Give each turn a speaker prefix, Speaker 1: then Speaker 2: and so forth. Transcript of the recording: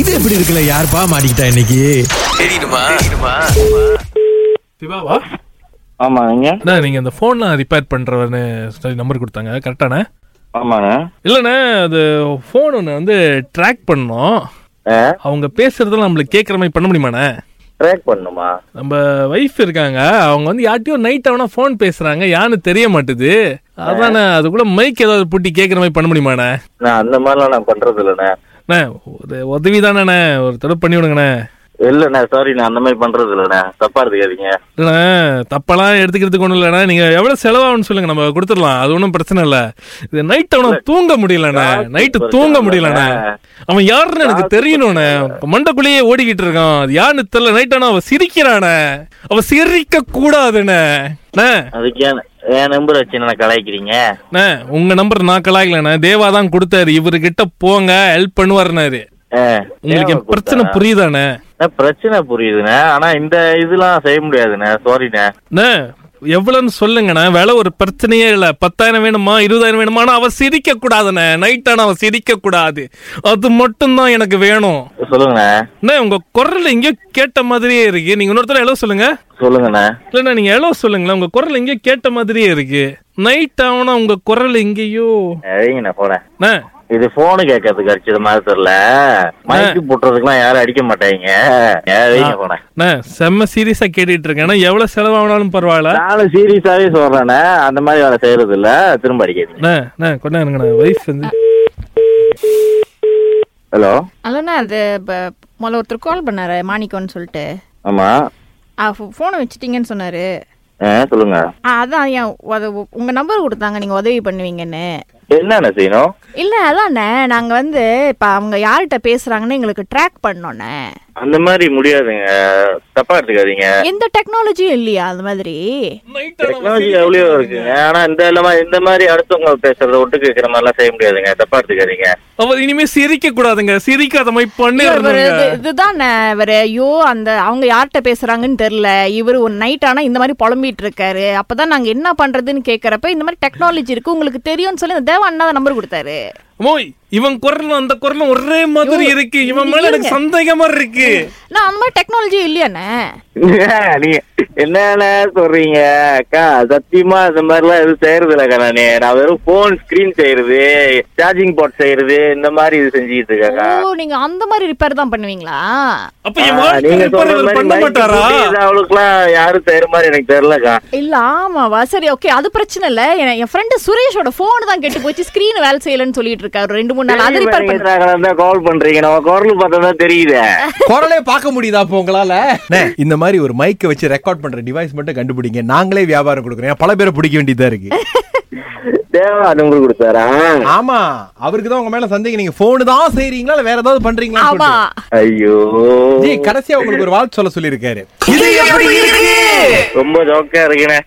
Speaker 1: இது எப்படி இருக்குல்ல யாருப்பா மாட்டிக்கிட்டா இன்னைக்கு
Speaker 2: சிவாவா
Speaker 3: ஆமாங்க
Speaker 2: அண்ணா நீங்க அந்த போன்லாம் ரிப்பேர் பண்றவன்னு நம்பர் கொடுத்தாங்க கரெக்டாண்ணே
Speaker 3: ஆமாங்க
Speaker 2: இல்லைண்ணே அது ஃபோன் ஒன்று வந்து ட்ராக் பண்ணோம் அவங்க பேசுறதெல்லாம் நம்மளுக்கு கேட்குற மாதிரி பண்ண முடியுமாண்ணே
Speaker 3: ட்ராக் பண்ணுமா
Speaker 2: நம்ம வைஃப் இருக்காங்க அவங்க வந்து யார்ட்டையோ நைட் ஆனா ஃபோன் பேசுறாங்க யான்னு தெரிய மாட்டுது அதானே அது கூட மைக் ஏதாவது பூட்டி கேட்குற மாதிரி பண்ண முடியுமாண்ணே
Speaker 3: நான் அந்த மாதிரிலாம் நான் பண்றது இல்லைண்ணே
Speaker 2: அண்ணே ஒரு உதவி தானேண்ணே ஒரு தடவை பண்ணி விடுங்கண்ணே
Speaker 3: இல்லைண்ணே சாரி நான் அந்த மாதிரி பண்றது இல்லைண்ணே தப்பா எடுத்துக்காதீங்க
Speaker 2: இல்லைண்ணே தப்பெல்லாம் எடுத்துக்கிறதுக்கு ஒன்றும் இல்லைண்ணே நீங்கள் எவ்வளோ செலவாகும்னு சொல்லுங்க நம்ம கொடுத்துடலாம் அது ஒன்றும் பிரச்சனை இல்லை இது நைட் அவனை தூங்க முடியலண்ணே நைட்டு தூங்க முடியலண்ணே அவன் யாருன்னு எனக்கு தெரியணும்ண்ணே மண்டக்குள்ளேயே ஓடிக்கிட்டு இருக்கான் அது யாருன்னு தெரியல நைட் ஆனால் அவன் சிரிக்கிறானே அவன் சிரிக்க கூடாதுண்ணே அண்ணே,
Speaker 3: அதுக்கு ஏன் என் நம்பர் வச்சு நான் கலாய்க்கிறீங்க
Speaker 2: அண்ணே உங்க நம்பர் நான் கலாய்க்கலண்ணே தேவா தான் கொடுத்தாரு இவர்கிட்ட போங்க ஹெல்ப் பண்ணுவாருன்னாரு
Speaker 3: ஆ,
Speaker 2: உங்களுக்கு என்
Speaker 3: தேவை
Speaker 2: பிரச்சனை
Speaker 3: கொடுத்தா?
Speaker 2: புரியுதாண்ணே
Speaker 3: ஆ, பிரச்சனை புரியுதுண்ணே ஆனா இந்த இதெல்லாம் செய்ய முடியாதுண்ணே சாரிண்ணே
Speaker 2: அண்ணே எவ்வளோன்னு சொல்லுங்கண்ணே விலை ஒரு பிரச்சனையே இல்லை பத்தாயிரம் வேணுமா இருபதாயிரம் வேணுமா ஆனா அவ சிரிக்க கூடாதுண்ணே நைட் ஆனா அவ சிரிக்க கூடாது அது மட்டும்தான் எனக்கு வேணும்
Speaker 3: சொல்லுங்கண்ணே
Speaker 2: அண்ணே உங்க குரல் எங்கேயோ கேட்ட மாதிரியே இருக்கு நீங்க இன்னொருத்தர எவ்வளோ சொல்லுங்க
Speaker 3: சொல்லுங்கண்ணே
Speaker 2: இல்லைண்ணா நீங்க எவ்வளோ சொல்லுங்களேன் உங்க குரல் எங்கேயோ கேட்ட மாதிரியே இருக்கு நைட் ஆனா உங்க குரல் எங்கேயோ
Speaker 3: அழகிங்கண்ணே போனேன்
Speaker 2: அண்ணே
Speaker 3: இது போனு கேட்கறதுக்கு அடிச்சது மாதிரி தெரியல மைக்கு புட்டுறதுக்குலாம் யாரும் அடிக்க மாட்டாங்க அழகிங்க போனேன்
Speaker 2: அண்ணே செம்ம சீரியஸா கேட்டுட்டு இருக்கேன் ஏன்னா எவ்வளவு செலவானாலும் பரவாயில்ல
Speaker 3: நானும் சீரியஸாவே சொல்றேண்ணே அந்த மாதிரி வேலை செய்யறது இல்ல திரும்ப அடிக்காதீங்க
Speaker 2: அண்ணே அண்ணே கொண்டா இருங்கண்ணா வைஃப் வந்து
Speaker 3: ஹலோ
Speaker 4: அல்லனா அது ப- முதல்ல ஒருத்தர் கால் பண்ணாரு மாணிக்கம்னு சொல்லிட்டு
Speaker 3: ஆமா
Speaker 4: ஃபோனை வச்சுட்டீங்கன்னு சொன்னாரு
Speaker 3: ஆ, சொல்லுங்க
Speaker 4: ஆ, அதான் ஏன் அது உ- உங்க நம்பர் கொடுத்தாங்க நீங்க உதவி பண்ணுவீங்கன்னு
Speaker 3: என்னென்ன செய்யணும்
Speaker 4: இல்ல அதானே நாங்க வந்து இப்ப அவங்க யார்கிட்ட பேசுறாங்கன்னு எங்களுக்கு ட்ராக் பண்ணோன்னே
Speaker 3: அந்த மாதிரி முடியாதுங்க தப்பா எடுத்துக்காதீங்க
Speaker 4: எந்த டெக்னாலஜியும் இல்லையா அந்த மாதிரி
Speaker 2: நைட் ஆனா
Speaker 3: டெக்னாலஜி எவ்வளோ இருக்குங்க ஆனா இந்த இல்லாம இந்த மாதிரி அடுத்தவங்க பேசுறத ஒட்டு கேட்கற மாதிரிலாம் செய்ய முடியாதுங்க தப்பா எடுத்துக்காதீங்க
Speaker 2: அவர் இனிமே சிரிக்க கூடாதுங்க சிரிக்காத மாதிரி
Speaker 4: இவரு
Speaker 2: பண்ணிருந்தாங்க
Speaker 4: இது- இதுதானே இவரு ஐயோ அந்த அவங்க யார்கிட்ட பேசுறாங்கன்னு தெரியல இவரு ஒரு நைட் ஆனா இந்த மாதிரி புலம்பிட்டு இருக்காரு அப்பதான் நாங்க என்ன பண்றதுன்னு கேக்குறப்ப இந்த மாதிரி டெக்னாலஜி இருக்கு உங்களுக்கு தெரியும்னு சொல்லி இந்த தேவ அண்ணா நம்பர் கொடுத்தாரு
Speaker 2: மோய் இவன் குரலும் அந்த குரலும் ஒரே மாதிரி இருக்கு இவன் மேல எனக்கு சந்தேகமா இருக்கு
Speaker 4: நான் அந்த மாதிரி டெக்னாலஜி இல்லையாண்ணே
Speaker 3: நீங்க என்னென்ன சொல்றீங்க அக்கா சத்தியமா இந்த மாதிரிலாம் எதுவும் செய்யறது இல்லக்கா நானு நான் வெறும் போன் ஸ்கிரீன் செய்யறது சார்ஜிங் போர்ட் செய்யறது இந்த மாதிரி இது செஞ்சுக்கிட்டு
Speaker 4: ஓ
Speaker 3: இருக்கேக்கா
Speaker 4: நீங்க அந்த மாதிரி ரிப்பேர் தான் பண்ணுவீங்களா
Speaker 2: அப்ப இவன்
Speaker 3: ஆ, நீங்க
Speaker 2: வாழ்க்கை பாருங்கள்
Speaker 3: சொல்ற மாதிரி
Speaker 2: பண்ண
Speaker 3: mic
Speaker 2: மாட்டாரா
Speaker 3: இது அவளுக்குலாம் யாரும் செய்யற மாதிரி எனக்கு தெரியலக்கா
Speaker 4: இல்ல ஆமாவா சரி ஓகே அது பிரச்சனை இல்ல என்- என் ஃப்ரெண்டு சுரேஷோட போன் தான் கெட்டு போச்சு ஸ்கிரீன் வேலை செய்யலன்னு சொல்லிட்டு இருக்காரு ரெண்டு மூணு நாள் அது ரிப்பேர் பண்ற
Speaker 3: கால் பண்றீங்க நம்ம குரல் பார்த்தா தான் தெரியுதே
Speaker 1: குரலே பார்க்க முடியுதா அப்போ உங்களால அண்ணே, இந்த மாதிரி ஒரு மைக்கை வச்சு ரெக்கார்ட் பண்ற டிவைஸ் மட்டும் கண்டுபிடிங்க நாங்களே வியாபாரம் கொடுக்குறோம் ஏன் பல பேரை பிடிக்க வேண்டியதா இருக்கு
Speaker 3: தேவா உங்களுக்கு கொடுத்தாரா
Speaker 1: ஆமா அவருக்கு தான் உங்க மேல சந்தேகம் நீங்க போனு தான் செய்றீங்களா இல்ல வேற ஏதாவது பண்றீங்களா
Speaker 4: ஆமா
Speaker 3: ஐயோ
Speaker 1: ஜி கடைசியா உங்களுக்கு ஒரு வாழ்த்து சொல்ல சொல்லியிருக்காரு இது எப்படி இருக்கு
Speaker 3: ரொம்ப ஜோக்கா இருக்குண்ணே